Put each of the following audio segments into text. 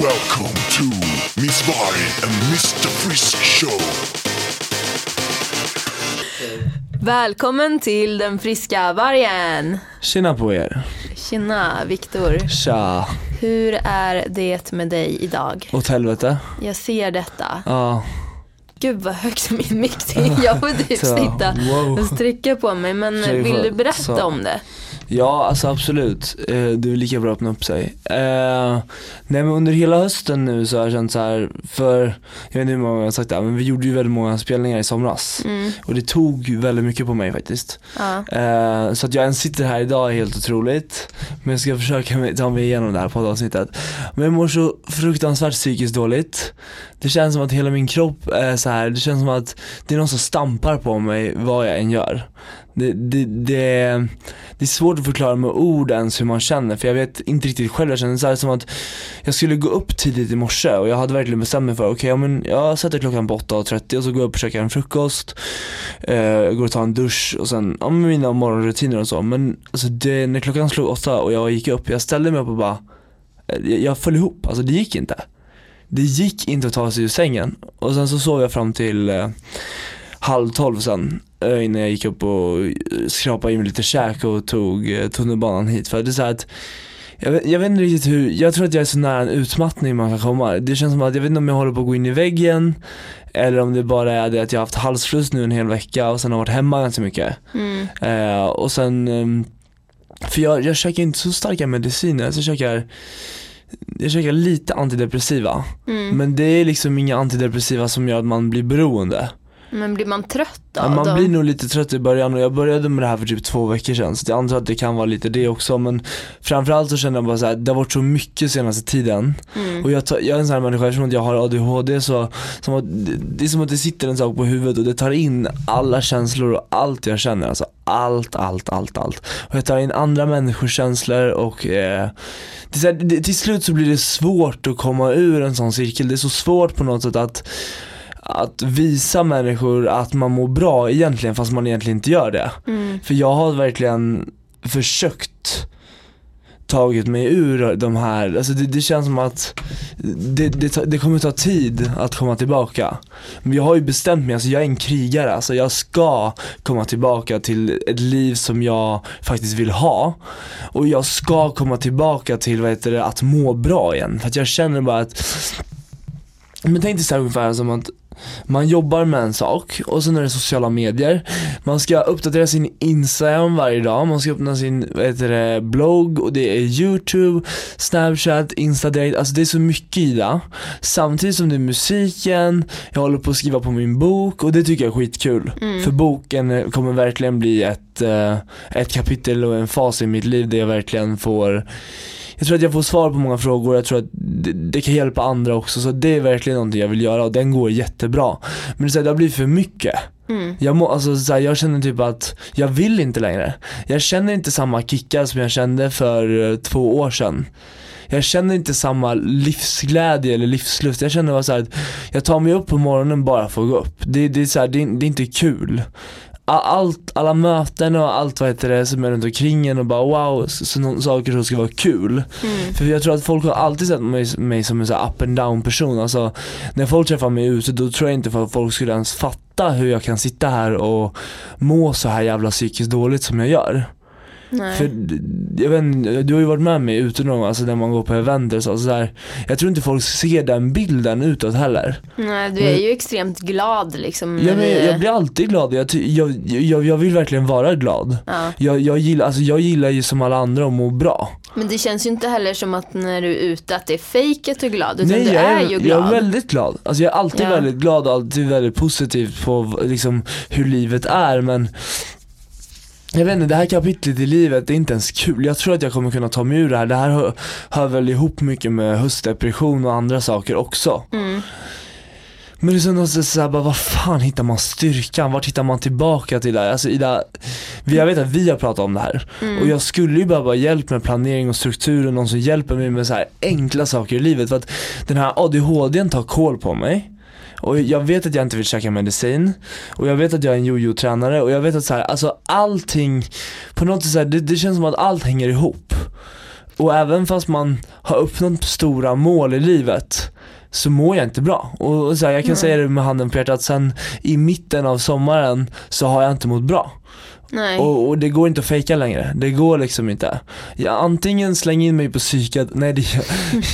Welcome to Miss Varg and Mr Frisk Show. Välkommen till den friska vargen! Tjena på er. Tjena Viktor, Tja. hur är det med dig idag? Åt helvete. Jag ser detta. Ja. Gud vad högt min mick är. Jag får typ Så, sitta wow. och sträcka på mig men Så vi vill får- du berätta så. om det? Ja, alltså absolut. Eh, Det är lika bra att öppna upp sig. Eh, nej men under hela hösten nu så har jag känt så här för jag vet inte hur många jag har sagt det här, men vi gjorde ju väldigt många spelningar i somras. Mm. Och det tog ju väldigt mycket på mig faktiskt. Ja. Eh, så att jag ens sitter här idag är helt otroligt. Men jag ska försöka mig- ta mig igenom det här poddavsnittet. Men jag mår så fruktansvärt psykiskt dåligt. Det känns som att hela min kropp är så här. det känns som att det är någon som stampar på mig vad jag än gör. Det, det, det, det är svårt att förklara med ord ens hur man känner för jag vet inte riktigt själv, jag känner så här som att jag skulle gå upp tidigt i morse och jag hade verkligen bestämt mig för okej, ja, men jag sätter klockan på 8.30 och så går jag upp och käkar en frukost Eh, jag går och tar en dusch och sen, ja men mina morgonrutiner och så. Men alltså det, när klockan slog åtta och jag gick upp, jag ställde mig upp och bara, eh, jag, jag föll ihop. Alltså det gick inte. Det gick inte att ta sig ur sängen. Och sen så sov jag fram till eh, halv tolv sen. eh, Innan jag gick upp och eh, skrapade in lite käk och tog eh, tunnelbanan hit. För det är så här att jag vet, jag vet inte riktigt hur, jag tror att jag är så nära en utmattning man kan komma. Det känns som att, jag vet inte om jag håller på att gå in i väggen, eller om det bara är det att jag har haft halsfluss nu en hel vecka och sen har varit hemma ganska mycket. Mm. Eh, och sen, ehm, för jag, jag käkar inte så starka mediciner, så jag käkar, jag käkar lite antidepressiva. Mm. Men, Men det är liksom inga antidepressiva som gör att man blir beroende. blir man trött av Ja, man dem? blir nog lite trött i början och jag började med det här för typ två veckor sedan så jag antar att det kan vara lite det också men framförallt så känner jag bara så här, det har varit så mycket senaste tiden Mm. och jag, tar, jag är en sån här människa, eftersom att jag har ADHD så, som att, det är som att det sitter en sak på huvudet och det tar in alla känslor och allt jag känner alltså allt, allt, allt, allt. Och jag tar in andra människors känslor och eh, det är så här, det, till slut så blir det svårt att komma ur en sån cirkel. Det är så svårt på något sätt att att visa människor att man mår bra egentligen fast man egentligen inte gör det. Mm. För jag har verkligen försökt tagit mig ur de här, alltså det, det känns som att det, det, ta- det kommer ta tid att komma tillbaka. Men jag har ju bestämt mig, alltså jag är en krigare, alltså jag ska komma tillbaka till ett liv som jag faktiskt vill ha. Och jag ska komma tillbaka till, vad heter det, att må bra igen. För att jag känner bara att, men tänk dig så här ungefär som att man jobbar med en sak och sen är det sociala medier. Man ska uppdatera sin Instagram varje dag, man ska öppna sin vad heter det, blogg och det är YouTube, Snapchat, Instadirect, alltså det är så mycket i det. Samtidigt som det är musiken, jag håller på att skriva på min bok och det tycker jag är skitkul. För boken eh, kommer verkligen bli ett, eh, ett kapitel och en fas i mitt liv där jag verkligen får jag tror att jag får svar på många frågor, jag tror att det, det kan hjälpa andra också så det är verkligen någonting jag vill göra och den går jättebra. Men det, är så här, det har blivit för mycket. Mm. Jag, må, alltså, så här, jag känner typ att jag vill inte längre. Jag känner inte samma kickar som jag kände för eh, två år sedan. Jag känner inte samma livsglädje eller livslust. Jag känner bara så här att jag tar mig upp på morgonen bara för att gå upp. Det, det, är, så här, det, är- det är inte kul. A- Allt, alla möten och allt vad heter det som är runt omkring en och bara wow, så, så, saker som ska vara kul. Mm. För jag tror att folk har alltid sett mig, mig som en så här up and down person, alltså när folk träffar mig ute då tror jag inte att folk skulle ens fatta hur jag kan sitta här och må så här jävla psykiskt dåligt som jag gör. Nej. För d- jag vet inte, du har ju varit med mig ute någon gång, alltså när man går på event och så, alltså så här. Jag tror inte folk ser den bilden utåt heller. Nej, du är ju extremt glad liksom. när Mm. Ja, men vi- jag, jag blir alltid glad, jag, ty- jag, jag, jag vill verkligen vara glad. ja. Jag, jag, gillar, alltså jag gillar ju som alla andra att må bra. Men det känns ju inte heller som att när du är ute att det är fejk att du är glad utan du jag är, ju glad. Jag är väldigt glad. Alltså jag är alltid Ja. väldigt glad och alltid väldigt positiv på v- liksom, hur livet är men jag vet inte, det här kapitlet i livet det är inte ens kul. Jag tror att jag kommer kunna ta mig ur det här. Det här hör, hör väl ihop mycket med höstdepression och andra saker också. Mm. Men det är någonstans såhär bara, vad fan hittar man styrkan? Vart hittar man tillbaka till det här? Alltså Ida, vi- jag vet att vi har pratat om det här. Och jag skulle ju behöva hjälp med planering och struktur och någon som hjälper mig med så här enkla saker i livet. För att den här ADHDn tar koll på mig. Och jag vet att jag inte vill käka medicin. Och jag vet att jag är en jojo-tränare. Och jag vet att så här, alltså allting, på något sätt så här, det, det känns som att allt hänger ihop. Och även fast man har uppnått stora mål i livet så mår jag inte bra. Och så här, jag kan säga det med handen på hjärtat, sen i mitten av sommaren så har jag inte mått bra. Nej. Och, och det går inte att fejka längre, det går liksom inte. Jag antingen slänger in mig på psyket, nej det gör,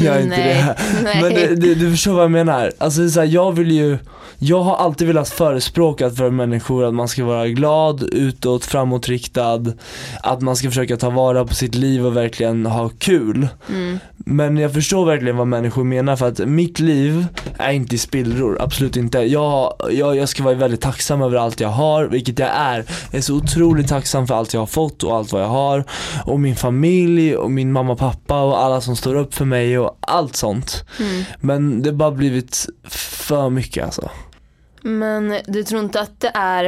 gör inte det. Nej. Men det, det, du förstår vad jag menar. Alltså det är så här, jag vill ju, jag har alltid velat förespråka för människor att man ska vara glad, utåt, framåtriktad, att man ska försöka ta vara på sitt liv och verkligen ha kul. Mm. Men jag förstår verkligen vad människor menar för att mitt liv är inte i spillror, absolut inte. Jag, jag, jag ska vara väldigt tacksam över allt jag har, vilket jag är. Jag är så otroligt tacksam för allt jag har fått och allt vad jag har. Och min familj och min mamma och pappa och alla som står upp för mig och allt sånt. Mm. Men det har bara blivit för mycket alltså. Men du tror inte att det är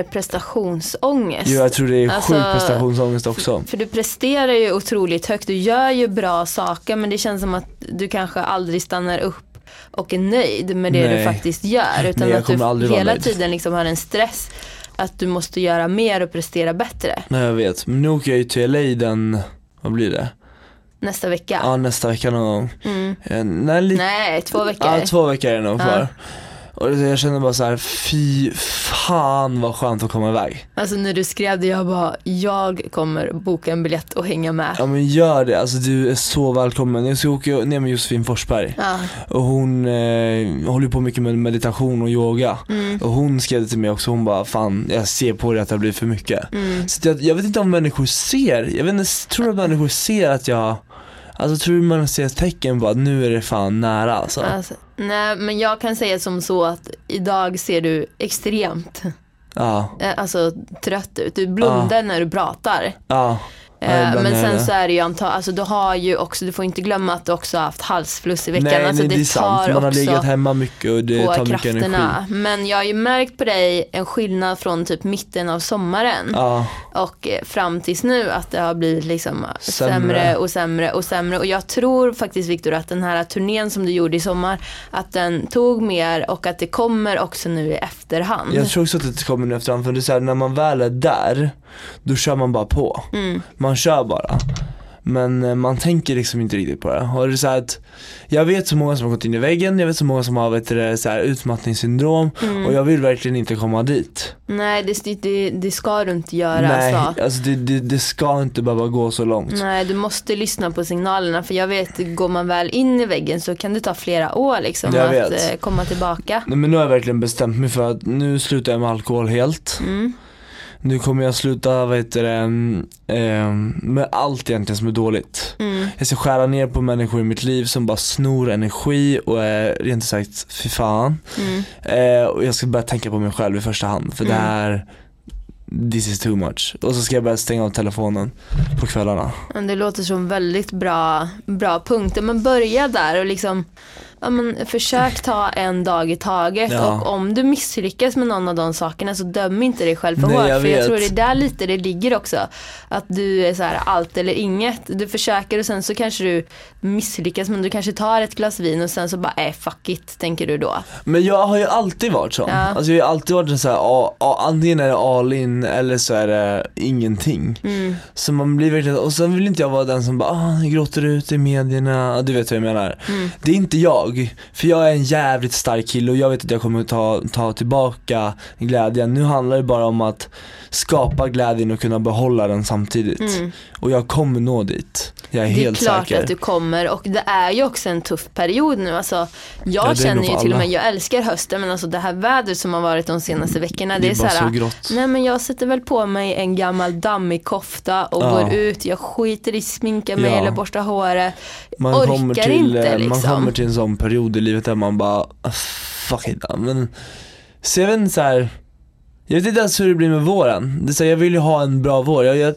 prestationsångest? Jo, jag tror det är sjuk Alltså- prestationsångest också. För du presterar ju otroligt högt, du gör ju bra saker men det känns som att du kanske aldrig stannar upp och är nöjd med det Nej. du faktiskt gör. Utan Nej, jag att du kommer aldrig vara hela nöjd. tiden liksom har en stress att du måste göra mer och prestera bättre Nej jag vet, men nu åker jag ju till LA den, vad blir det? nästa Ja, vecka. nästa vecka någon gång. Mm. Eh, Nej, lite Nej, två veckor. Ja, två veckor är det nog Ja. kvar. Och det- jag känner bara så här, fy fan vad skönt att komma iväg. Alltså när du skrev det, jag bara, jag kommer boka en biljett och hänga med. Ja men gör det, alltså du är så välkommen. Jag ska åka ner med Josefin Forsberg Ja. och hon eh, håller ju på mycket med meditation och yoga. Mm. Och hon skrev till mig också, hon bara fan jag ser på dig att det har blivit för mycket. Mm. Så att jag, jag vet inte om människor ser, jag vet inte, tror du att människor ser att jag, alltså tror du man ser tecken på att nu är det fan nära alltså? Alltså, nej men jag kan säga som så att idag ser du extremt Ja, eh, alltså, trött ut. Du blundar när du pratar. ja. Ja, Eh, ibland men är sen det. så är det ju antagligen, alltså du har ju också, du får inte glömma att du också har haft halsfluss i veckan. Nej, alltså, nej det är sant, man har legat hemma mycket och det på tar mycket energi. krafterna. Men jag har ju märkt på dig en skillnad från typ mitten av sommaren Ja, och eh, fram tills nu att det har blivit liksom sämre. Sämre. och sämre och sämre. Och jag tror faktiskt Viktor att den här turnén som du gjorde i sommar, att den tog mer och att det kommer också nu i efterhand. jag tror också att det kommer nu efterhand för det är så här, när man väl är där, då kör man bara på. Mm. Man kör bara. Men eh, man tänker liksom inte riktigt på det. Och det är så här att jag vet så många som har gått in i väggen, jag vet så många som har vet du det, så här, utmattningssyndrom Mm. och jag vill verkligen inte komma dit. Nej det, det, det ska du inte göra Nej, alltså. alltså det, det, det ska inte behöva gå så långt. Nej du måste lyssna på signalerna för jag vet går man väl in i väggen så kan det ta flera år liksom Jag att vet. eh, komma tillbaka. Nej, men nu har jag verkligen bestämt mig för att nu slutar jag med alkohol helt. Mm. Nu kommer jag sluta, vad heter det, mm, ehm, med allt egentligen som är dåligt. Mm. Jag ska skära ner på människor i mitt liv som bara snor energi och är rent ut sagt fy fan. Mm. Eh, och jag ska börja tänka på mig själv i första hand för det Mm. här, this is too much. Och så ska jag börja stänga av telefonen på kvällarna. Ja, Det låter som väldigt bra, bra punkter. Men börja där och liksom, ja, men försök ta en dag i taget. Ja. Och om du misslyckas med någon av de sakerna så döm inte dig själv för Nej, hårt. jag För jag vet. tror det är där lite det ligger också. Att du är så här allt eller inget. Du försöker och sen så kanske du misslyckas men du kanske tar ett glas vin och sen så bara, eh fuck it, tänker du då. Men jag har ju alltid varit sån. Ja. Alltså jag har ju alltid varit en så här, a, a, antingen är det all in eller så är det ingenting. Mm. Så man blir verkligen, och sen vill inte jag vara den som bara ah, gråter ut i medierna, du vet vad jag menar. Mm. Det är inte jag, för jag är en jävligt stark kille och jag vet att jag kommer ta, ta tillbaka glädjen. Nu handlar det bara om att skapa glädjen och kunna behålla den samtidigt. Mm. Och jag kommer nå dit, jag är Det är helt klart säker. att du kommer och det är ju också en tuff period nu. Alltså, jag Ja, det är känner nog ju för till och med, alla. jag älskar hösten men alltså det här vädret som har varit de senaste veckorna. Det, Mm. det är, är så bara här, så grått. nej men jag sätter väl på mig en gammal dammig kofta och Ja. går ut, jag skiter i sminka mig Ja. eller borsta håret. Man orkar kommer till, inte, eh, Man liksom. kommer till en sån period i livet där man bara, "Ah, fuck it. Men, så jag vet inte så här. jag vet inte ens hur det blir med våren. Det är så här, jag vill ju ha en bra vår. Jag, jag,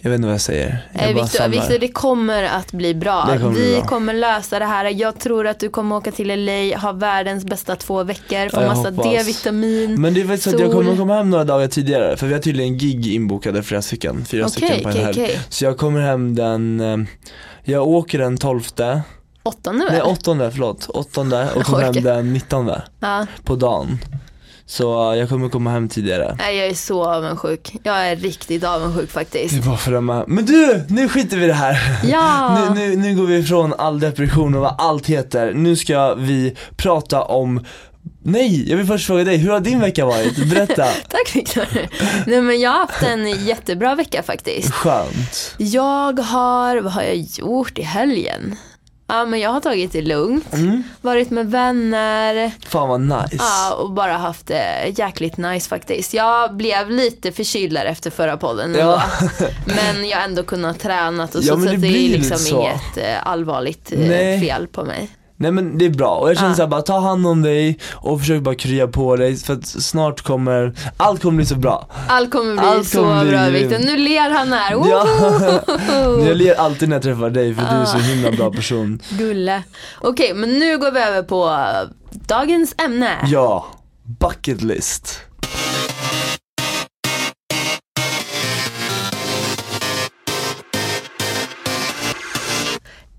jag vet inte vad jag säger. Jag Eh, bara Viktor, samlar. Viktor, det kommer att bli bra. Det kommer Vi bli bra. kommer lösa det här. Jag tror att du kommer åka till LA, ha världens bästa två veckor, få Ja, jag massa hoppas. D-vitamin. Men det är faktiskt så att jag kommer komma hem några dagar tidigare för vi har tydligen gig inbokade flera stycken, fyra Okej, stycken på en okej, helg. okej. Så jag kommer hem den, eh, jag åker den 12, Åttonde nej väl? 8 förlåt, 8 och kommer hem Orkar. den 19 Ja. på dagen. Så eh, jag kommer komma hem tidigare. Nej jag är så avundsjuk. Jag är riktigt avundsjuk faktiskt. Det är bara för att man- Men du, nu skiter vi i det här. Ja! Nu, nu, nu går vi ifrån all depression och vad allt heter. Nu ska vi prata om Nej, jag vill först fråga dig, hur har din vecka varit? Berätta. Tack Viktor. Nej men jag har haft en jättebra vecka faktiskt. Skönt. Jag har, vad har jag gjort i helgen? Ja men jag har tagit det lugnt, Mm. varit med vänner Fan vad nice. ja, och bara haft det jäkligt nice faktiskt. Jag blev lite förkyld där efter förra podden Ja. ändå. men jag har ändå kunnat träna och så, Ja, men så det att det blir är lite liksom så. inget eh, allvarligt eh, Nej. fel på mig. Nej men det är bra, och jag känner Ja. såhär bara ta hand om dig och försök bara krya på dig för att snart kommer, allt kommer bli så bra. Allt kommer bli Allt kommer så bli bra grymt. Viktor. Nu ler han här. Ja. Woho! Jag ler alltid när jag träffar dig för du är så himla bra person. Gulle. Okej, men nu går vi över på eh, dagens ämne. Ja, bucket list.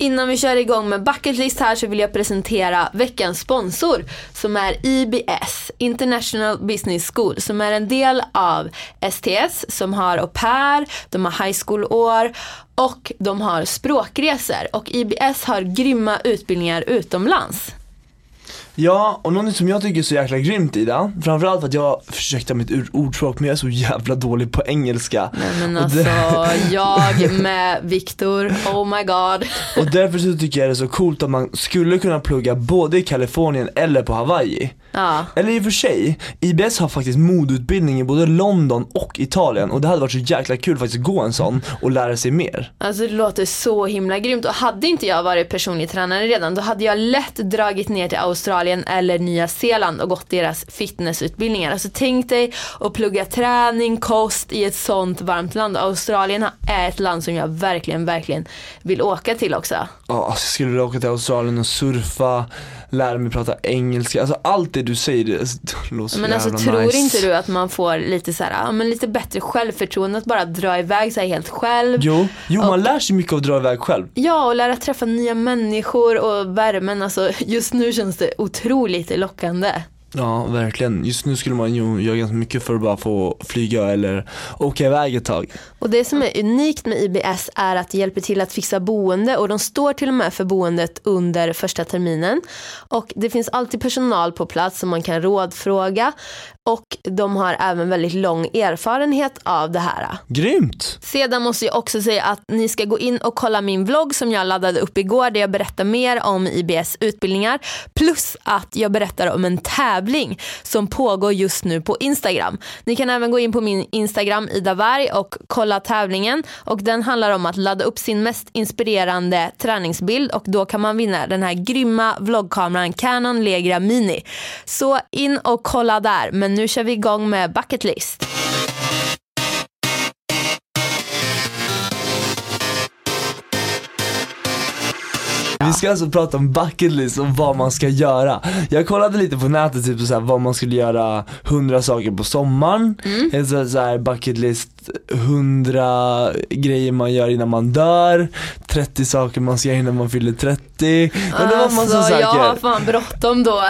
Innan vi kör igång med bucketlist här så vill jag presentera veckans sponsor som är IBS, International Business School, som är en del av STS som har au pair, de har high school-år och de har språkresor. Och IBS har grymma utbildningar utomlands. Ja, och något som jag tycker är så jäkla grymt Ida, framförallt för att jag försökte mitt ur- ordspråk men jag är så jävla dålig på engelska. Nej men Och alltså, det- jag med Viktor, oh my god. Och därför så tycker jag det är så coolt att man skulle kunna plugga både i Kalifornien eller på Hawaii. Ja. Eller i och för sig, IBS har faktiskt modeutbildning i både London och Italien och det hade varit så jäkla kul faktiskt att gå en sån och lära sig mer. Alltså det låter så himla grymt och hade inte jag varit personlig tränare redan då hade jag lätt dragit ner till Australien eller Nya Zeeland och gått deras fitnessutbildningar. Alltså tänk dig att plugga träning, kost i ett sånt varmt land. Australien är ett land som jag verkligen, verkligen vill åka till också. Ja, alltså, jag skulle vilja åka till Australien och surfa, lära mig prata engelska, alltså allt det du säger det alltså, det låter så Men alltså jävla tror nice. inte du att man får lite så här, ja, men lite bättre självförtroende att bara dra iväg sig helt själv? Jo, jo man Och- lär sig mycket av att dra iväg själv. Ja, och lära träffa nya människor och värmen. Alltså, just nu känns det otroligt lockande. Ja, verkligen. Just nu skulle man ju göra ganska mycket för att bara få flyga eller åka iväg ett tag. Och det som är unikt med IBS är att det hjälper till att fixa boende och de står till och med för boendet under första terminen. Och det finns alltid personal på plats som man kan rådfråga och de har även väldigt lång erfarenhet av det här. Grymt! Sedan måste jag också säga att ni ska gå in och kolla min vlogg som jag laddade upp igår där jag berättar mer om IBS utbildningar plus att jag berättar om en tävling som pågår just nu på Instagram. Ni kan även gå in på min Instagram Ida Varg och kolla tävlingen och den handlar om att ladda upp sin mest inspirerande träningsbild och då kan man vinna den här grymma vloggkameran Canon Legra Mini. Så in och kolla där men nu kör vi igång med bucket list. Vi ska alltså prata om bucket list och vad man ska göra. Jag kollade lite på nätet typ så här, vad man skulle göra 100 saker på sommaren. Mm. Så, så här, bucket list 100 grejer man gör innan man dör, 30 saker man ska göra innan man fyller 30. Men det var massa Alltså, saker. jag har fan bråttom då.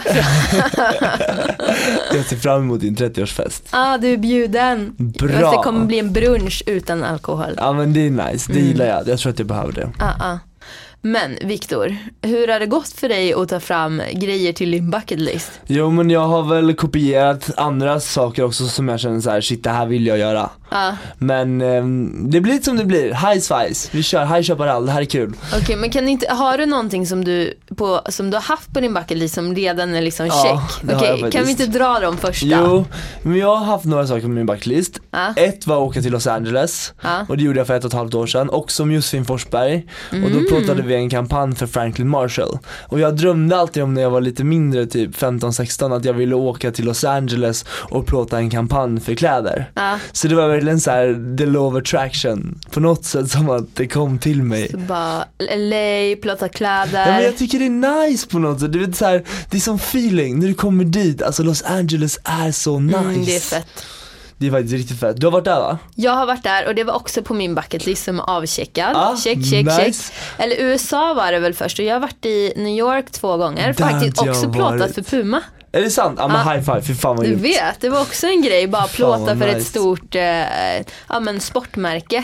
Jag ser fram emot din 30-årsfest. ah, du är bjuden. Bra. Fast det kommer bli en brunch utan alkohol. Ja men det är nice, det gillar jag. Jag tror att jag behöver det. Ah, ah. Men Viktor, hur har det gått för dig att ta fram grejer till din bucket list? Jo men jag har väl kopierat andra saker också som jag känner så här: shit det här vill jag göra. Ah, Men ehm, det blir som det blir, high spice. Vi kör, high Chaparral, det här är kul. Okej, men kan inte, har du någonting som du, på, som du har haft på din bucket list som redan är liksom Ja, check? det har Okej, jag faktiskt. kan vi inte dra dem första? Jo, men jag har haft några saker på min backlist. Ja. Ett var att åka till Los Angeles Ja. och det gjorde jag för ett och ett halvt år sedan, också med Josefin Forsberg. Och Mm. då pratade vi en kampanj för Franklin Marshall. Och jag drömde alltid om när jag var lite mindre, typ 15-16, att jag ville åka till Los Angeles och plåta en kampanj för kläder. Ja. Så det var verkligen så här: the law of attraction, på något sätt som att det kom till mig. Så bara LA, plåta Ja, men kläder. jag tycker det är nice på något sätt, du vet, så här, det är som feeling när du kommer dit, alltså Los Angeles är så nice. mm, det är fett. Det är faktiskt riktigt fett. Du har varit där va? Jag har varit där och det var också på min bucket list som är avcheckad. Ah, check, check, check. nice. Eller USA var det väl först och jag har varit i New York två gånger. Där Faktiskt hade jag också plåtat varit. för Puma. Är det sant? Ja men Ja. high five, fy fan vad Du djupt. vet, det var också en grej, bara Fan, plåta vad för ett nice. stort eh, ja, men sportmärke.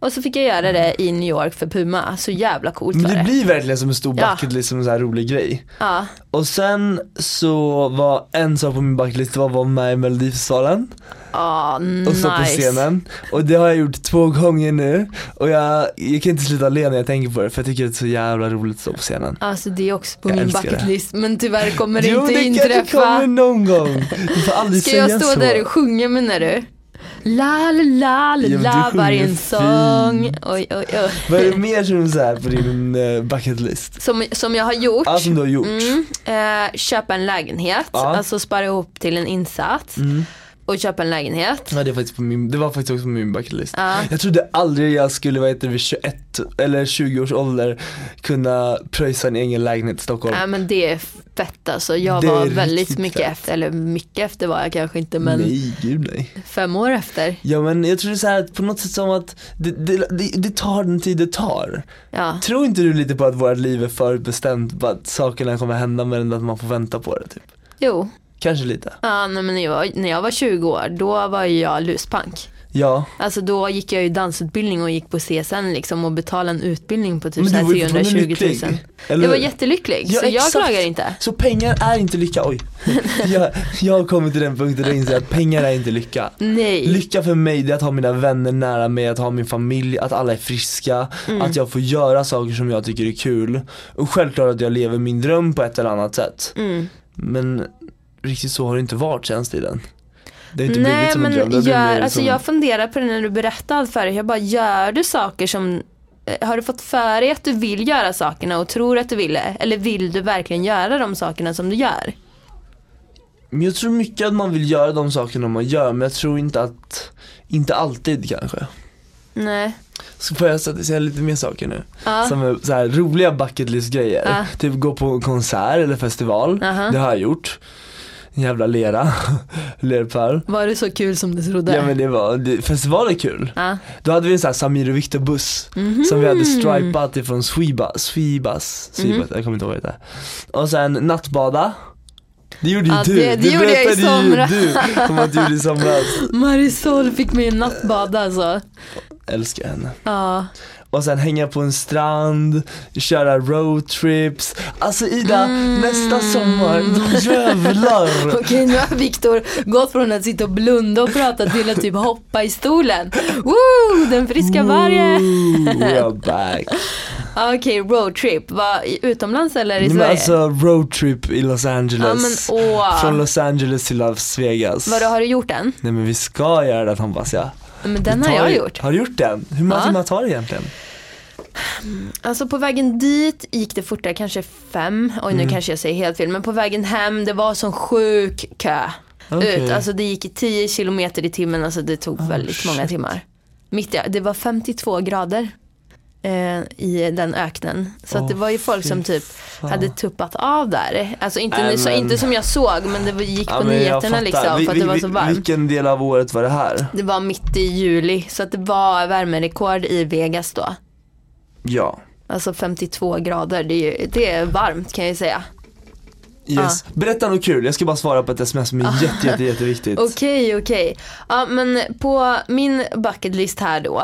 Och så fick jag göra det i New York för Puma, så jävla coolt Men var det det. blir verkligen som en stor Ja. bucket list, som en sån här rolig grej. Ja. Och sen så var en sak på min bucket list, det var att vara med i melodifestivalen Ah, och nice. stå på scenen. Och det har jag gjort två gånger nu. Och jag, jag kan inte sluta le när jag tänker på det för jag tycker det är så jävla roligt att stå på scenen. Alltså det är också på Jag min älskar bucket det. list, men tyvärr kommer det jo inte det kanske kommer inträffa. någon gång. Du får aldrig Ska säga jag stå så. där och sjunga menar du? La la la la Ja, men du la, sjunger varje sång. fint. Oj oj oj. Vad är det mer som är så här på din eh, bucket list? Som, som jag har gjort. Allt som du har gjort. Mm, eh, köpa en lägenhet, Alltså- Ja. Mm. alltså spara ihop till en insats och köpa en lägenhet. Ja, det, är faktiskt på min, det var faktiskt också på min bucket list. Ja. Jag trodde aldrig jag skulle, vad heter det, vid 21 eller 20 års ålder kunna pröjsa en egen lägenhet i Stockholm. Ja men det är fett alltså. Jag Det är var riktigt väldigt mycket fett. efter, eller mycket efter var jag kanske inte men Nej, gud nej. fem år efter. Ja men jag tror det är så här att på något sätt som att det, det, det, det tar den tid det tar. Ja. Tror inte du lite på att vårt liv är förutbestämt, på att sakerna kommer hända men att man får vänta på det typ? Jo, Kanske lite. ja, nej, men när, jag, var- när jag var 20 år då var ju jag luspank. Ja. Alltså då gick jag ju dansutbildning och gick på CSN liksom och betalade en utbildning på typ Men så du här var ju fortfarande 320 000. lycklig. Eller Jag var hur? jättelycklig Ja, så jag exakt. klagar inte. Så pengar är inte lycka, oj. Jag, jag har kommit till den punkten där jag inser att pengar är inte lycka. Nej. Lycka för mig det är att ha mina vänner nära mig, att ha min familj, att alla är friska, Mm. att jag får göra saker som jag tycker är kul. Och självklart att jag lever min dröm på ett eller annat sätt. Mm. Men riktigt så har det inte varit känns det i den. Det har inte blivit Nej som en men dröm, det har blivit gör, mer alltså som... jag funderar på det när du berättade för dig. Jag bara, gör du saker som eh, har du fått för dig att du vill göra sakerna och tror att du vill det? Eller vill du verkligen göra de sakerna som du gör? Men jag tror mycket att man vill göra de sakerna man gör men jag tror inte att, inte alltid kanske. Nej. Så får jag sätta- säga lite mer saker nu? Ja. Som är så här, roliga bucket list grejer. Ja. Typ gå på en konsert eller festival. Aha. Det har jag gjort. En jävla lera. Lerpärl. Var det så kul som du trodde? Ja men det var, det, festival är kul. Ja. Mhm. Då hade vi en sån här Samir och Viktor buss som vi hade stripat ifrån Swebus, Swebus, Swebus, jag kommer inte ihåg vad det hette. Och sen nattbada. Det gjorde ju Ja, du, det- det du gjorde jag i berättade ju somras. du om att du gjorde i somras. Marisol fick mig en nattbada alltså. Älskar henne. Ja. Och sen hänga på en strand, köra roadtrips. Alltså Ida, Mm. nästa sommar, då jävlar! Okej nu har Viktor gått från att sitta och blunda och prata till att typ hoppa i stolen. Woo, den friska vargen. Ooh, We're back. Ja, Okej roadtrip, Va, i- utomlands eller i Nej, men Sverige? alltså roadtrip i Los Ja men Angeles. åh. Från Los Angeles till Las Vegas. Vadå, har du gjort den? Nej men vi ska göra den hoppas jag. Men den Vi har tar jag ju- gjort. Har du gjort den? Hur många Ja. timmar tar det egentligen? Alltså på vägen dit gick det fortare, kanske fem. Oj Mm. nu kanske jag säger helt fel. Men på vägen hem, det var sån sjuk kö. Okej. Ah, Ut. Alltså det gick i 10 kilometer i timmen, alltså det tog väldigt många shit. timmar. Mitt i, det var 52 grader eh, i den öknen. Så att det Åh, var ju folk som fy typ fan. hade tuppat av där. Alltså inte, Nej, så, men- inte som jag såg men det var- gick på Ja, men jag nyheterna fattar. liksom Vi- för att det vi- var så vi- varmt. Vilken del av året var det här? Det var mitt i juli så att det var värmerekord i Vegas då. Ja. Alltså 52 grader, det är, ju- det är varmt kan jag ju säga. Yes. Ah. Berätta något kul, jag ska bara svara på ett sms som är jätte, jätte, jätteviktigt. Okej, okej. Ja, men på min bucket list här då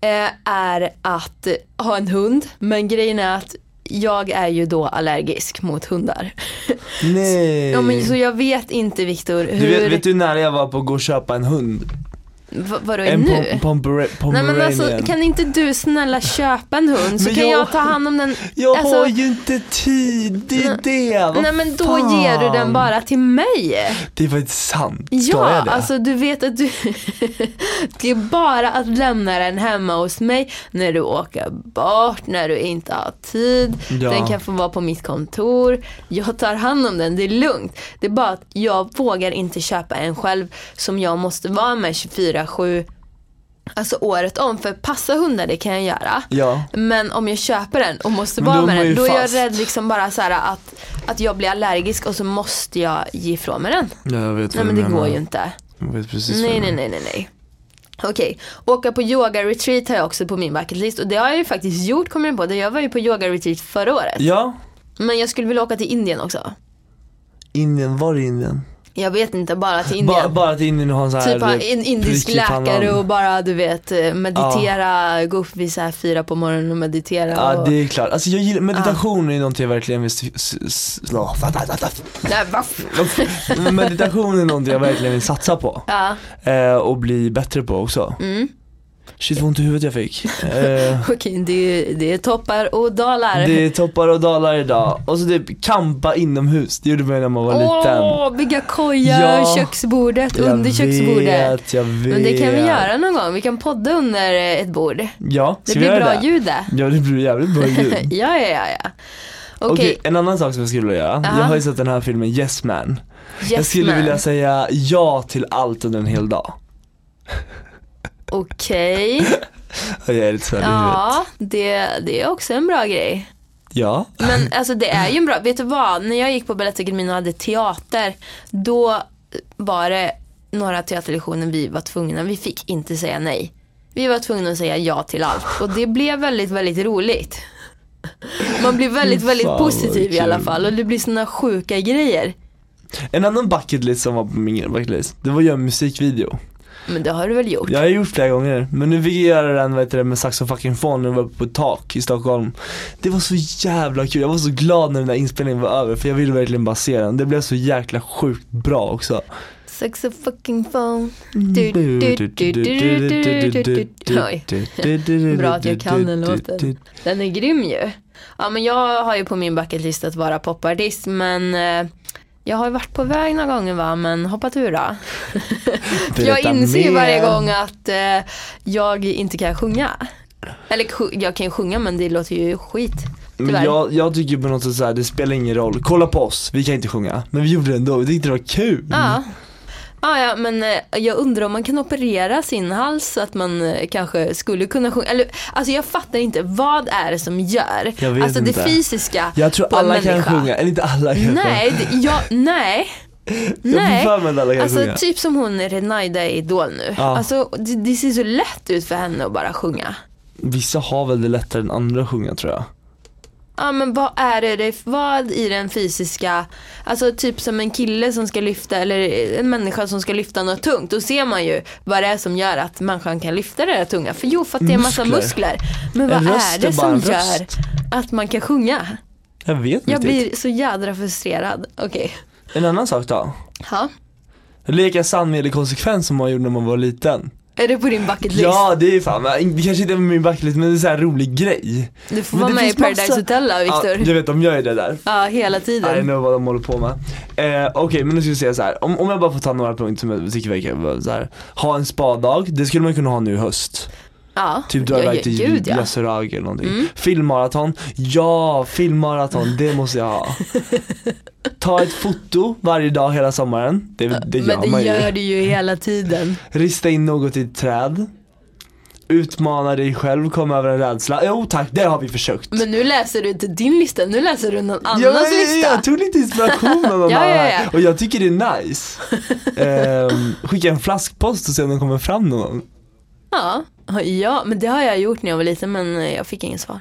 eh, är att ha en hund. Men grejen är att jag är ju då allergisk mot hundar. Nej. Ja, men, så jag vet inte Viktor du hur, vet, vet du när jag var på att gå och köpa en hund? va- vadå En nu? pom- pompera- Nej pomeranian. men alltså kan inte du snälla köpa en hund så Men kan jag, jag- ta hand om den. jag alltså- har ju inte tid, det är det. Vad Nej men då fan? ger du den bara till mig. Det är faktiskt sant, ska Ja, jag det? alltså du vet att du... det är bara att lämna den hemma hos mig när du åker bort, när du inte har tid. Ja. Den kan få vara på mitt kontor. Jag tar hand om den, det är lugnt. Det är bara att jag vågar inte köpa en själv som jag måste vara med 24-7. Alltså året om, för passa hundar det kan jag göra. Ja. Men om jag köper den och måste Men vara då med är man den, ju då är jag fast. rädd liksom bara så här att, att jag blir allergisk och så måste jag ge ifrån mig den. Ja, jag vet Nej vad men du det menar. går ju inte. Jag vet precis vad Nej, du nej, nej, nej, nej. Okej, åka på yoga-retreat har jag också på min bucket list och det har jag ju faktiskt gjort kommer jag på. Det- Jag var ju på yoga-retreat förra året. Ja, Men jag skulle vilja åka till Indien också. Indien, var är Indien? Jag vet inte, bara till Indien. Bara, bara till Indien och ha en sån här Typ ha en indisk prick i pannan. läkare och bara du vet eh, meditera, gå upp vid så här fyra på morgonen och meditera. Ja och... det är klart, alltså jag gillar, meditation är någonting jag verkligen vill s- s- s- slå- Nej, va? Meditation är någonting jag verkligen vill satsa på Ja, eh, och bli bättre på också mm. Shit vad ont i huvudet jag fick eh, okej det, är- det är toppar och dalar. Det är toppar och dalar idag, och så typ kampa inomhus, det gjorde man när man var liten Åh, bygga koja, Ja. köksbordet, under jag köksbordet. vet, jag vet Men det kan vi göra någon gång, vi kan podda under eh, ett bord. Det Ja, ska vi blir göra bra det? ljud det. Ja det blir jävligt bra ljud Okej, ja, ja, ja. ja. Okej, en annan sak som jag skulle vilja göra, Aha. jag har ju sett den här filmen Yes Man yes Jag skulle man. vilja säga ja till allt under en hel dag Okej, Jag är lite såhär ja. ja det, det är också en bra grej. ja, Men alltså det är ju en bra, vet du vad? När jag gick på Balettakademin och hade teater, då var det några teaterlektioner vi var tvungna, vi fick inte säga nej. Vi var tvungna att säga ja till allt och det blev väldigt, väldigt roligt. Man blir väldigt, väldigt Fan, vad positiv i alla kul. fall och det blir såna sjuka grejer. en En annan bucket list som var på min bucket list, det var att göra en musikvideo Men det har du väl gjort? Jag har gjort flera gånger, men nu fick jag göra den vad heter det, med sax och fucking fon när vi var uppe på ett tak i Stockholm Det var så jävla kul, jag var så glad när den där inspelningen var över för jag ville verkligen bara se den, det blev så jäkla sjukt bra också Sex a fucking phone. Mm. Du, du, du, du, du, du, du, du, du. Oj. Bra att jag kan den låten. Den är grym ju. Ja men jag har ju på min bucketlist att vara popartist men eh, jag har ju varit på väg några gånger va men hoppat ur då. För jag Berätta inser ju mer. varje gång att eh, jag inte kan sjunga. Eller sj- jag kan ju sjunga men det låter ju skit. Tyvärr. Men jag, jag tycker på något sätt såhär, det spelar ingen roll, kolla på oss, vi kan inte sjunga Men vi gjorde det ändå, vi tyckte det var kul Ja. Ja, ja, men eh, jag undrar om man kan operera sin hals så att man eh, kanske skulle kunna sjunga. Eller, alltså jag fattar inte, vad är det som gör? Jag vet alltså det inte. fysiska Jag tror på en alla kan människa. sjunga, eller inte alla kan Nej, det, jag, nej. sjunga Jag nej. får för mig att alla kan Alltså sjunga typ som hon Renaida i Idol nu. Ja. Alltså det, det ser så lätt ut för henne att bara sjunga. Vissa har väl det lättare än andra att sjunga tror jag Ja men vad är det- det, vad i den fysiska, alltså typ som en kille som ska lyfta eller en människa som ska lyfta något tungt. Då ser man ju vad det är som gör att människan kan lyfta det där tunga. För jo för att det är en massa Muskler. muskler. Men En vad röst är det bara som en gör röst. att man kan sjunga? Jag vet inte Jag riktigt. blir så jädra frustrerad. Okej. En annan sak då Ja. Leka sanning eller konsekvens som man gjorde när man var liten Är det på din bucket list? Ja det är fan, men det kanske inte är min bucklist men det är så här rolig grej Du får Men vara det med i finns Paradise massa- Hotel då Ja, Viktor. Jag vet de gör ju det där Ja, hela I tiden. know vad de håller på med. Eh, Okej men nu ska vi säga så här. Om, om jag bara får ta några punkter som jag tycker verkar vara så här. Ha en spadag, det skulle man kunna ha nu i höst. Ja, Typ dra ja, iväg ja, till gud, ja. Mm. Yasuragi eller någonting. Filmmaraton, ja filmmaraton, det måste jag ha. Ta ett foto varje dag hela sommaren, det, det gör Men det man ju. gör det ju hela tiden. Rista in något i ett träd. Utmana dig själv, kom över en rädsla. Jo tack, det har vi försökt. Men nu läser du inte din lista, nu läser du någon annans Ja, ja, ja, lista. Jag tog lite inspiration av de Ja, här. ja, ja. och jag tycker det är nice. Ehm, skicka en flaskpost och se om de kommer fram någon gång. Ja, ja, men det har jag gjort när jag var liten men eh, jag fick inget svar.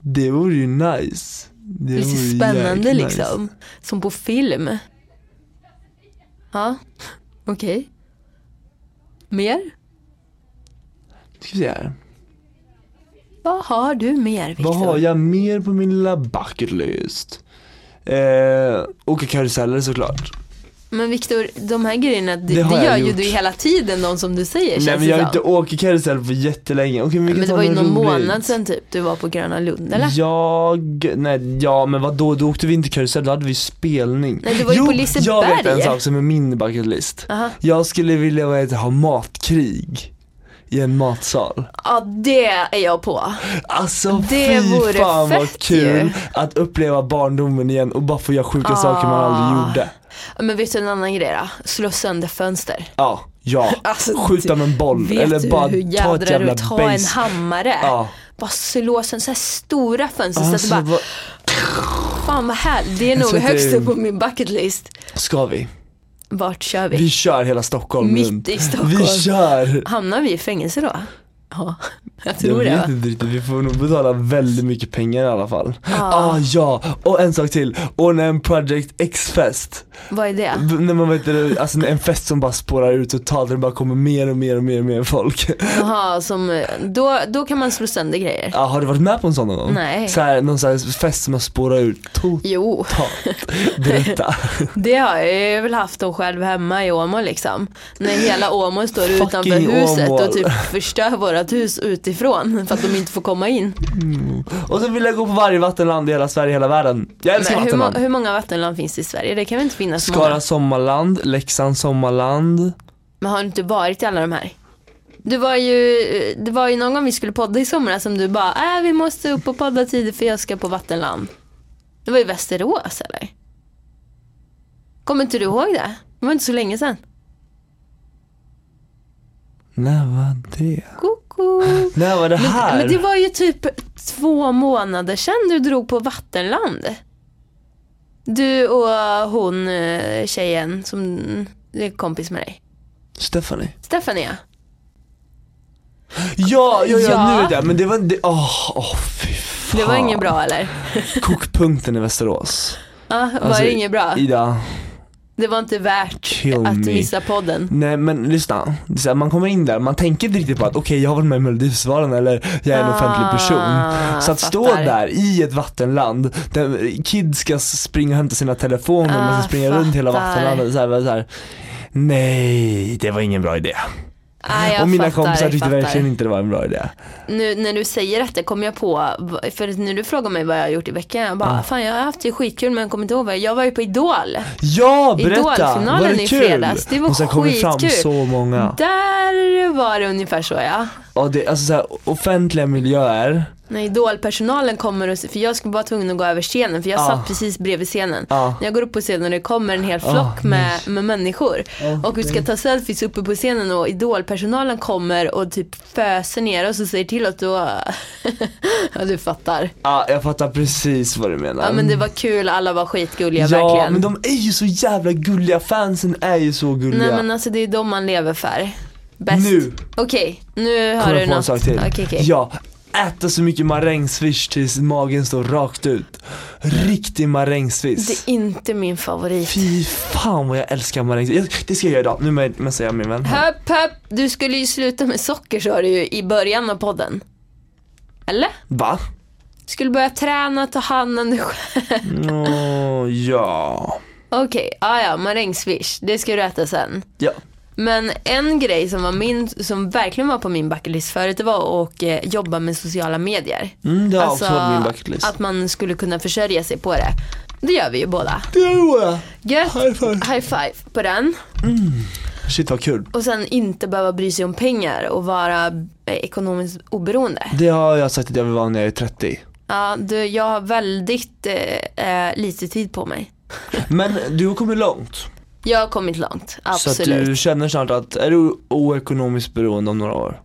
Det vore ju nice. Det Lite vore spännande Mm, jäkligt liksom. Nice. Som på film. Ja, okej. Mer? Ska vi se här. Vad har du mer Viktor? Vad har jag mer på min lilla bucket list? Eh, åka karuseller såklart. Men Viktor, de här grejerna, det, det, Det har jag gör ju gjort. du hela tiden, de som du säger Nej känns men det jag har som. inte åkt karusell på jättelänge. Okej, men vi kan Men det ta var ju något någon roligt. månad sedan typ du var på Gröna Lund eller? Jag, nej, ja men vadå, då åkte vi inte karusell, då hade vi spelning. Nej, du var ju jo, på jag vet en Liseberg. sak som är min bucket list. Aha. Jag skulle vilja vad heter, det, ha matkrig i en matsal. Ja, det är jag på. Alltså Det vore fy fan vad fett kul ju. att uppleva barndomen igen och bara få göra sjuka Ah. saker man aldrig gjorde. Men vet du en annan grej då? Slå sönder fönster. Ja, ja. Alltså, Skjuta med en boll Vet eller du bara hur ta ett jädrar jävla du ta en base. hammare? Ja. Bara slå sönder så här stora fönster så att Alltså, det bara, vad, fan vad härligt. Det är nog tror att det högst är- upp på min bucket list. ska vi? Vart kör vi? Vi kör hela Stockholm Mitt runt. i Stockholm. Vi kör! Hamnar vi i fängelse då? Ja, jag tror jag vet det. inte riktigt, vi får nog betala väldigt mycket pengar i alla fall. Ja. Ah ja, och en sak till. Ordna en Project X-fest. Vad är det? B- När man vet det, alltså en fest som bara spårar ut totalt, där det bara kommer mer och mer och mer och mer folk. Jaha, som, eh, då, då kan man slå sönder grejer. Ah, har du varit med på en sån någon gång? Nej. Så här, någon så här fest som har spårat ut totalt. Jo, Berätta. det har jag. Jag har väl haft dem själv hemma i Åmål liksom. När hela Åmål står Fucking utanför huset Åmål. och typ förstör vårt hus utifrån för att de inte får komma in. Och så vill jag gå på varje vattenland i hela Sverige, hela världen. Jag älskar Men Alltså, hur, vattenland. må- hur många vattenland finns det i Sverige? Det kan väl inte finnas så Skara många? sommarland, Leksand sommarland. Men har du inte varit i alla de här? Du var ju, det var ju någon gång vi skulle podda i somras som du bara, äh, vi måste upp och podda tidigt för jag ska på vattenland. Det var i Västerås eller? Kommer inte du ihåg det? Det var inte så länge sedan. När var det? Koko. När var det här? Men det var ju typ två månader sedan du drog på vattenland. Du och hon eh, tjejen som är kompis med dig. Stephanie. Stefania. Ja, ja, ja, Ja. nu är det. Men det var inte, åh, åh, fy fan. Det var inget bra eller? Kokpunkten i Västerås. Ja, var Alltså, det inget bra? Ida, Det var inte värt Kill att me. missa podden. nej men lyssna. Det är så här, man kommer in där, man tänker inte riktigt på att okej jag har varit med i Melodifestivalen eller jag är en offentlig person. Ah, Så att stå fattar. där i ett vattenland, där kids ska springa och hämta sina telefoner, och man Ah, ska springa runt hela fattar. vattenlandet så här, bara så här. Nej, det var ingen bra idé. Ah, jag och mina fattar, kompisar tyckte fattar. verkligen inte det var en bra idé. Nu när du säger detta kom jag på, för när du frågar mig vad jag har gjort i veckan, jag bara, fan jag har haft det skitkul men jag kommer inte ihåg vad jag, jag var ju på Idol. Ja, berätta! Idolfinalen Var i det kul? fredags, det var och sen kom det fram skitkul. så många. Där var det ungefär så ja. Ja, det, alltså så här, offentliga miljöer, När idolpersonalen kommer och, för jag skulle vara tvungen att gå över scenen för jag Ah. satt precis bredvid scenen. Ah. När jag går upp på scenen och det kommer en hel flock med, med människor Ah, och vi ska ta selfies uppe på scenen och idolpersonalen kommer och typ föser ner oss och säger till att då, ja du fattar. ja jag fattar precis vad du menar. Ja men det var kul, alla var skitgulliga Mm. Ja, verkligen. men de är ju så jävla gulliga, fansen är ju så gulliga. Nej men alltså det är de man lever för. Bäst. Nu. Okej, nu har Kommer du jag på en något. sak till. Okej, okej. Ja, äta så mycket marängsviss tills magen står rakt ut. Riktig Det marängsviss. är inte min favorit. Fy fan vad jag älskar marängsviss. Jag- Det ska jag göra idag, nu med- messar jag min vän. här. Höpp, höpp. Du skulle ju sluta med socker sa du ju i början av podden. Eller? Va? Skulle börja träna, ta hand om dig själv. Åh, ja. Okej, ah, ja marängsviss. Det ska du äta sen. Ja. Men en grej som var min, som verkligen var på min bucketlist förut, det var att eh, jobba med sociala medier. Alltså, Mm, det har också varit min bucketlist. att man skulle kunna försörja sig på det. Det gör vi ju båda. Det gjorde jag. Gött. High five. High five på den. Shit vad kul. Och sen inte behöva bry sig om pengar och vara eh, ekonomiskt oberoende. Det har jag sagt att jag vill vara när jag är 30. Ja, du, jag har väldigt eh, eh, lite tid på mig. Men du har kommit långt. Jag har kommit långt, Så absolut. att du känner snart att, är du oekonomiskt beroende om några år?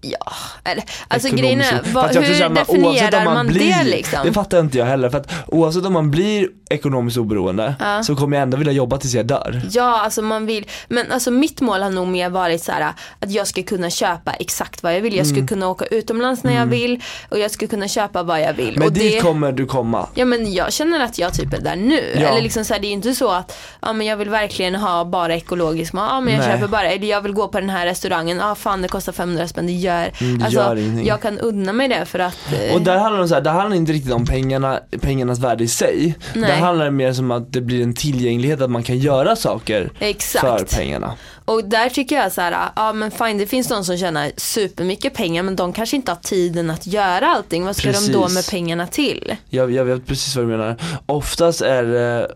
Ja, eller, alltså Ekonomiskt- grejen är, vad, Fast jag hur kan känna, oavsett om definierar man, blir, det liksom? Det fattar inte jag heller, för att oavsett om man blir ekonomiskt oberoende Ja. så kommer jag ändå vilja jobba tills jag dör. Ja, alltså man vill, men alltså mitt mål har nog mer varit så här att jag ska kunna köpa exakt vad jag vill. Jag ska Mm. kunna åka utomlands när jag vill och jag ska kunna köpa vad jag vill. Men och dit kommer du komma. Ja men jag känner att jag typ är där nu. Ja. Eller liksom så här, det är inte så att ja, men jag vill verkligen ha bara ekologisk mat. Ja, men jag Nej. köper bara, eller jag vill gå på den här restaurangen. Ja fan det kostar 500 spänn, det gör. Mm, det alltså, gör ingenting. jag kan unna mig det för att eh, Och där handlar det om så här, där handlar det inte riktigt om pengarna, pengarnas värde i sig. Nej. Där handlar det mer som att det blir en tillgänglighet, att man kan göra saker Exakt. för pengarna. Och där tycker jag så här, ja men fine det finns de som tjänar supermycket pengar men de kanske inte har tiden att göra allting. Vad ska de då Precis. med pengarna till? Jag, jag vet precis vad du menar. Oftast är det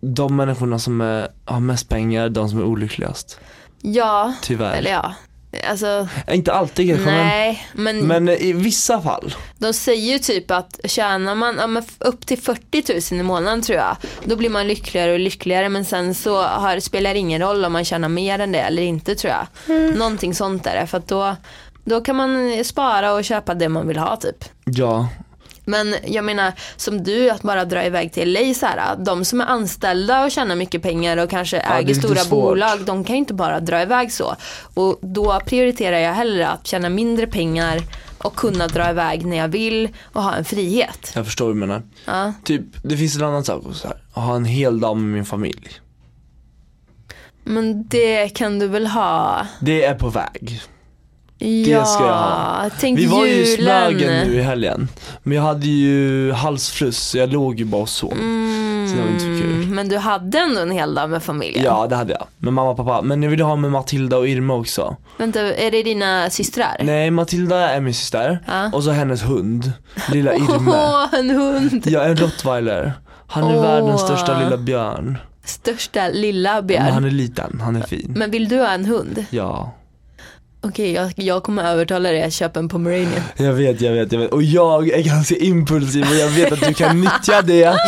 de människorna som är, har mest pengar, de som är olyckligast. Ja, Tyvärr. eller ja. Alltså, Inte alltid kanske nej, men, men, men i vissa fall. de säger ju typ att tjänar man ja, men f- upp till 40 000 i månaden tror jag, då blir man lyckligare och lyckligare men sen så har, spelar det ingen roll om man tjänar mer än det eller inte tror jag. Någonting sånt där för att då, då kan man spara och köpa det man vill ha typ. Ja. Men jag menar som du att bara dra iväg till LA så här, de som är anställda och tjänar mycket pengar och kanske det är äger lite stora svårt. bolag, de kan ju inte bara dra iväg så. Och då prioriterar jag hellre att tjäna mindre pengar och kunna dra iväg när jag vill och ha en frihet. Jag förstår vad du menar. Ja. Typ, det finns en annan sak också här. Att ha en hel dag med min familj. Men det kan du väl ha? Det är på väg. Ja, ska jag ha. tänk Vi var ju i julen. Smögen nu i helgen. Men jag hade ju halsfluss så jag låg ju bara och sov. Så det var inte så kul. Mm, men du hade ändå en hel dag med familjen. Ja det hade jag. Med mamma och pappa. Men jag ville ha med Matilda och Irma också. Vänta, är det dina systrar? Nej Matilda är min syster. Ja. Och så hennes hund. Lilla Irma. Åh, en hund! Jag är en rottweiler. Han är Åh. världens största lilla björn. Största lilla Men han björn. är liten, han är fin. Men vill du ha en hund? Ja. Okej, jag, jag kommer övertala dig att köpa en pomeranian. Jag vet, jag vet, jag vet. Och jag är ganska impulsiv och jag vet att du kan nyttja det. Mm.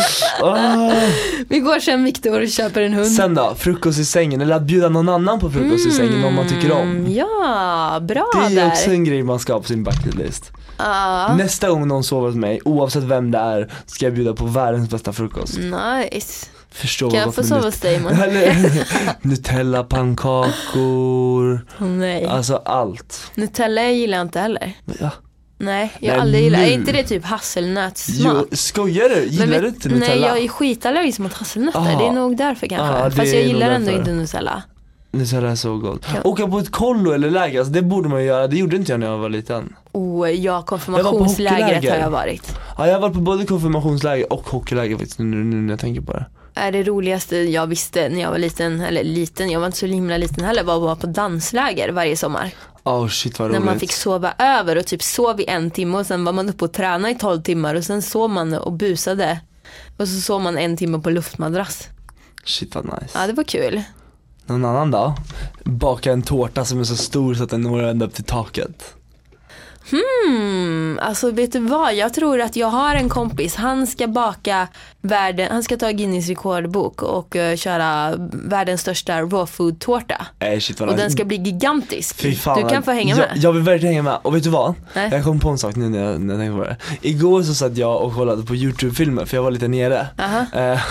Åh. Vi går sen Viktor och köper en hund. Sen då, frukost i sängen. Eller att bjuda någon annan på frukost i sängen, någon man tycker om. Mm, Ja, bra Det är där. också en grej man ska ha på sin bucket list. Ja, Nästa gång någon sover hos mig, oavsett vem det är, ska jag bjuda på världens bästa frukost. nice. Förstå Kan Mm. jag vad få för sova nut- hos dig imorgon? Eller- Nutella, pannkakor, Åh, Nej. alltså allt. Nutella gillar jag inte heller. Ja. Nej, jag Nej, har aldrig gillat. nu. Är inte det typ hasselnötssmak? Jo, skojar du? Gillar Men du vet- inte Nutella? Nej, jag är skitallergisk mot hasselnötter. Aha. Det är nog därför kanske. Ja, Ah, det Fast jag är nog gillar ändå därför. inte Nutella. Nutella är så gott. Åka på ett kollo eller läger, alltså, det borde man ju göra. Det gjorde inte jag när jag var liten. Oh, ja, Jag var på konfirmationslägret har hockeyläger. jag varit. Ja, jag har varit på både konfirmationsläger och hockeyläger faktiskt, nu, nu, nu när jag tänker på det. Är det roligaste jag visste när jag var liten, eller liten, jag var inte så himla liten heller, var att vara på dansläger varje sommar. Åh Oh, shit vad roligt. När man fick sova över och typ sov i en timme och sen var man uppe och tränade i tolv timmar och sen sov man och busade. Och så sov man en timme på luftmadrass. Shit vad nice. Ja, det var kul. Någon annan dag? Baka en tårta som är så stor så att den når ända upp till taket. Mm, alltså vet du vad, jag tror att jag har en kompis, han ska baka världen, han ska ta Guinness rekordbok och eh, köra världens största raw food tårta. Nej Eh, shit vad Och nice. den ska bli gigantisk. Fy fan, du kan vad- få hänga Jag, med. jag vill verkligen hänga med, och vet du vad? Nej. Jag kom på en sak nu när jag, när jag tänkte på det Igår så satt jag och kollade på YouTube-filmer för jag var lite nere Aha. Eh,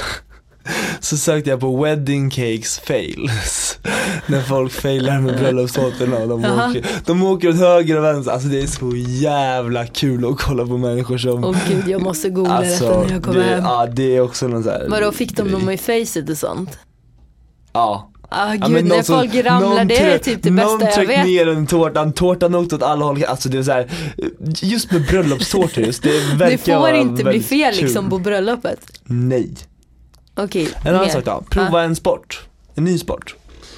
Så sökte jag på wedding cakes fails När folk failar med bröllopstårtorna och de Aha. åker, de åker åt höger och vänster Alltså det är så jävla kul att kolla på människor som Åh gud, jag måste googla detta Alltså, när jag kommer det, hem. ja, det är också någon sån här Vadå, fick de dem grej. i facet och sånt? Ja Ah, gud, Ja, men när någon som- folk ramlar, någon det är trä- typ det bästa Någon jag tryck vet. ner en tårtan, tårtan åkte åt alla håll, alltså det är så här, just med bröllopstårtor just, det verkar Det får vara inte bli väldigt fel kul. liksom på bröllopet. Nej. Okej, En annan mer. Ah, sak då, prova en sport, en ny sport.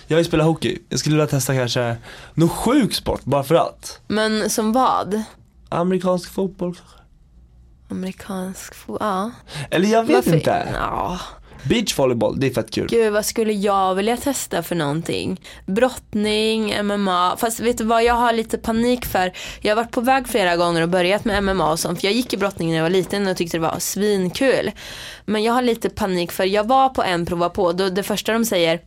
Jag har ju spelat hockey, jag skulle vilja testa kanske någon sjuk sport bara för att. Men som vad? Amerikansk fotboll kanske. Amerikansk fo- ja. Eller jag vet Varför- inte. Ja. Beachvolleyboll, det är fett kul. Gud vad skulle jag vilja testa för någonting? Brottning, MMA. Fast vet du vad jag har lite panik för? Jag har varit på väg flera gånger och börjat med MMA och sånt. För jag gick i brottning när jag var liten och tyckte det var svinkul. Men jag har lite panik för jag var på en prova på. Då det första de säger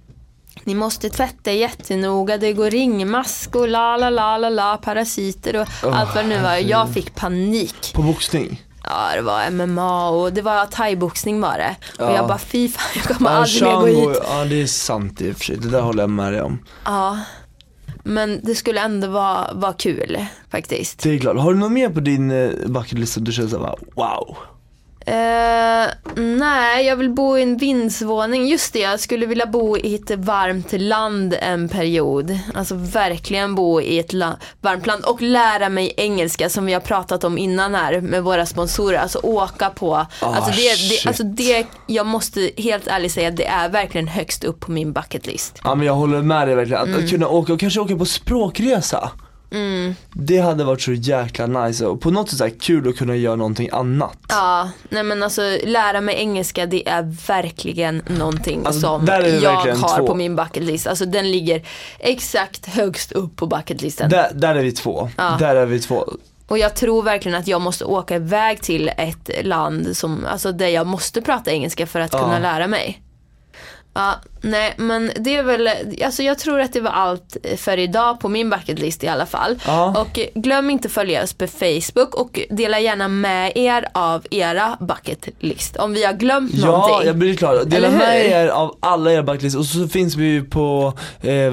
ni måste tvätta jättenoga, det går ringmask och la la la la la parasiter och Åh, allt vad det nu var. Jag fick panik. På boxning. Ja det var MMA och det var thaiboxning var det. Och Ja. jag bara fy fan jag kommer Ja, aldrig mer gå Chang och- hit. Ja det är sant i och för sig, det där håller jag med dig om. Ja. Men det skulle ändå vara, vara kul faktiskt. Det är klart, har du något mer på din eh, bucket list som du känner såhär wow? Eh, nej, jag vill bo i en vindsvåning. Just det, jag skulle vilja bo i ett varmt land en period. Alltså verkligen bo i ett la- varmt land och lära mig engelska som vi har pratat om innan här med våra sponsorer. Alltså åka på. alltså, det, shit. det, alltså det, jag måste helt ärligt säga, det är verkligen högst upp på min bucket list. Ja men jag håller med dig verkligen, att, Mm. att kunna åka och kanske åka på språkresa Det hade varit så jäkla nice och på något sätt så här kul att kunna göra någonting annat Ja, nej men alltså lära mig engelska det är verkligen någonting Alltså, som där är det jag verkligen har två. på min bucket list. Alltså den ligger exakt högst upp på bucket listen. Där, där är vi två, Ja. där är vi två Och jag tror verkligen att jag måste åka iväg till ett land som, alltså där jag måste prata engelska för att Ja. kunna lära mig. Ja, nej men det är väl, alltså jag tror att det var allt för idag på min bucketlist i alla fall. Ja. Och glöm inte att följa oss på Facebook och dela gärna med er av era bucketlist. Om vi har glömt Ja, någonting. jag blir klar. Dela Eller hur? med er av alla era backlist och så finns vi ju på eh,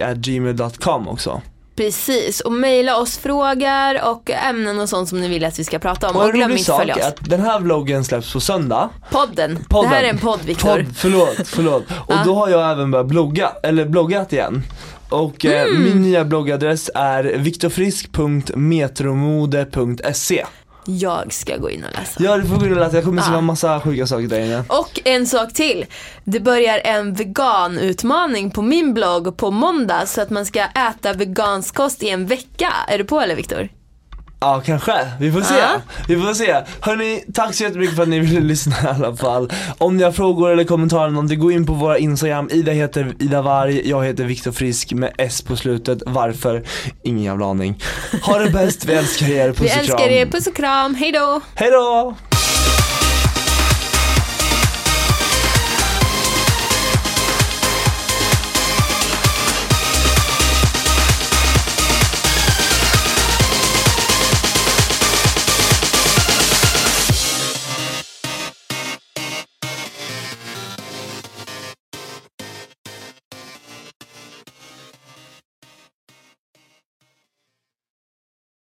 vargochfrisk.gmail.com också. Precis, och mejla oss frågor och ämnen och sånt som ni vill att vi ska prata om. Och Och, en glöm rolig inte att sak följa är oss. att den här vloggen släpps på söndag. Podden. Podden. Det här är en podd Viktor. Podd, förlåt, förlåt. Och då har jag även börjat blogga, eller bloggat igen. Och eh, Mm. min nya bloggadress är viktorfrisk.metromode.se Jag ska gå in och läsa. Ja du får gå in och läsa, jag kommer skriva Ah. massa sjuka saker där inne. Och en sak till. Det börjar en veganutmaning på min blogg på måndag så att man ska äta vegansk kost i en vecka. Är du på eller Viktor? Ja kanske, vi får se. Ja. Vi får se. Hörni, tack så jättemycket för att ni ville lyssna i alla fall. Om ni har frågor eller kommentarer eller någonting, gå in på våra Instagram. Ida heter Ida Varg, jag heter Viktor Frisk med S på slutet. Varför? Ingen jävla aning. Ha det bäst, vi älskar er. Puss Vi och kram. älskar er, puss och kram, hejdå! Hej då!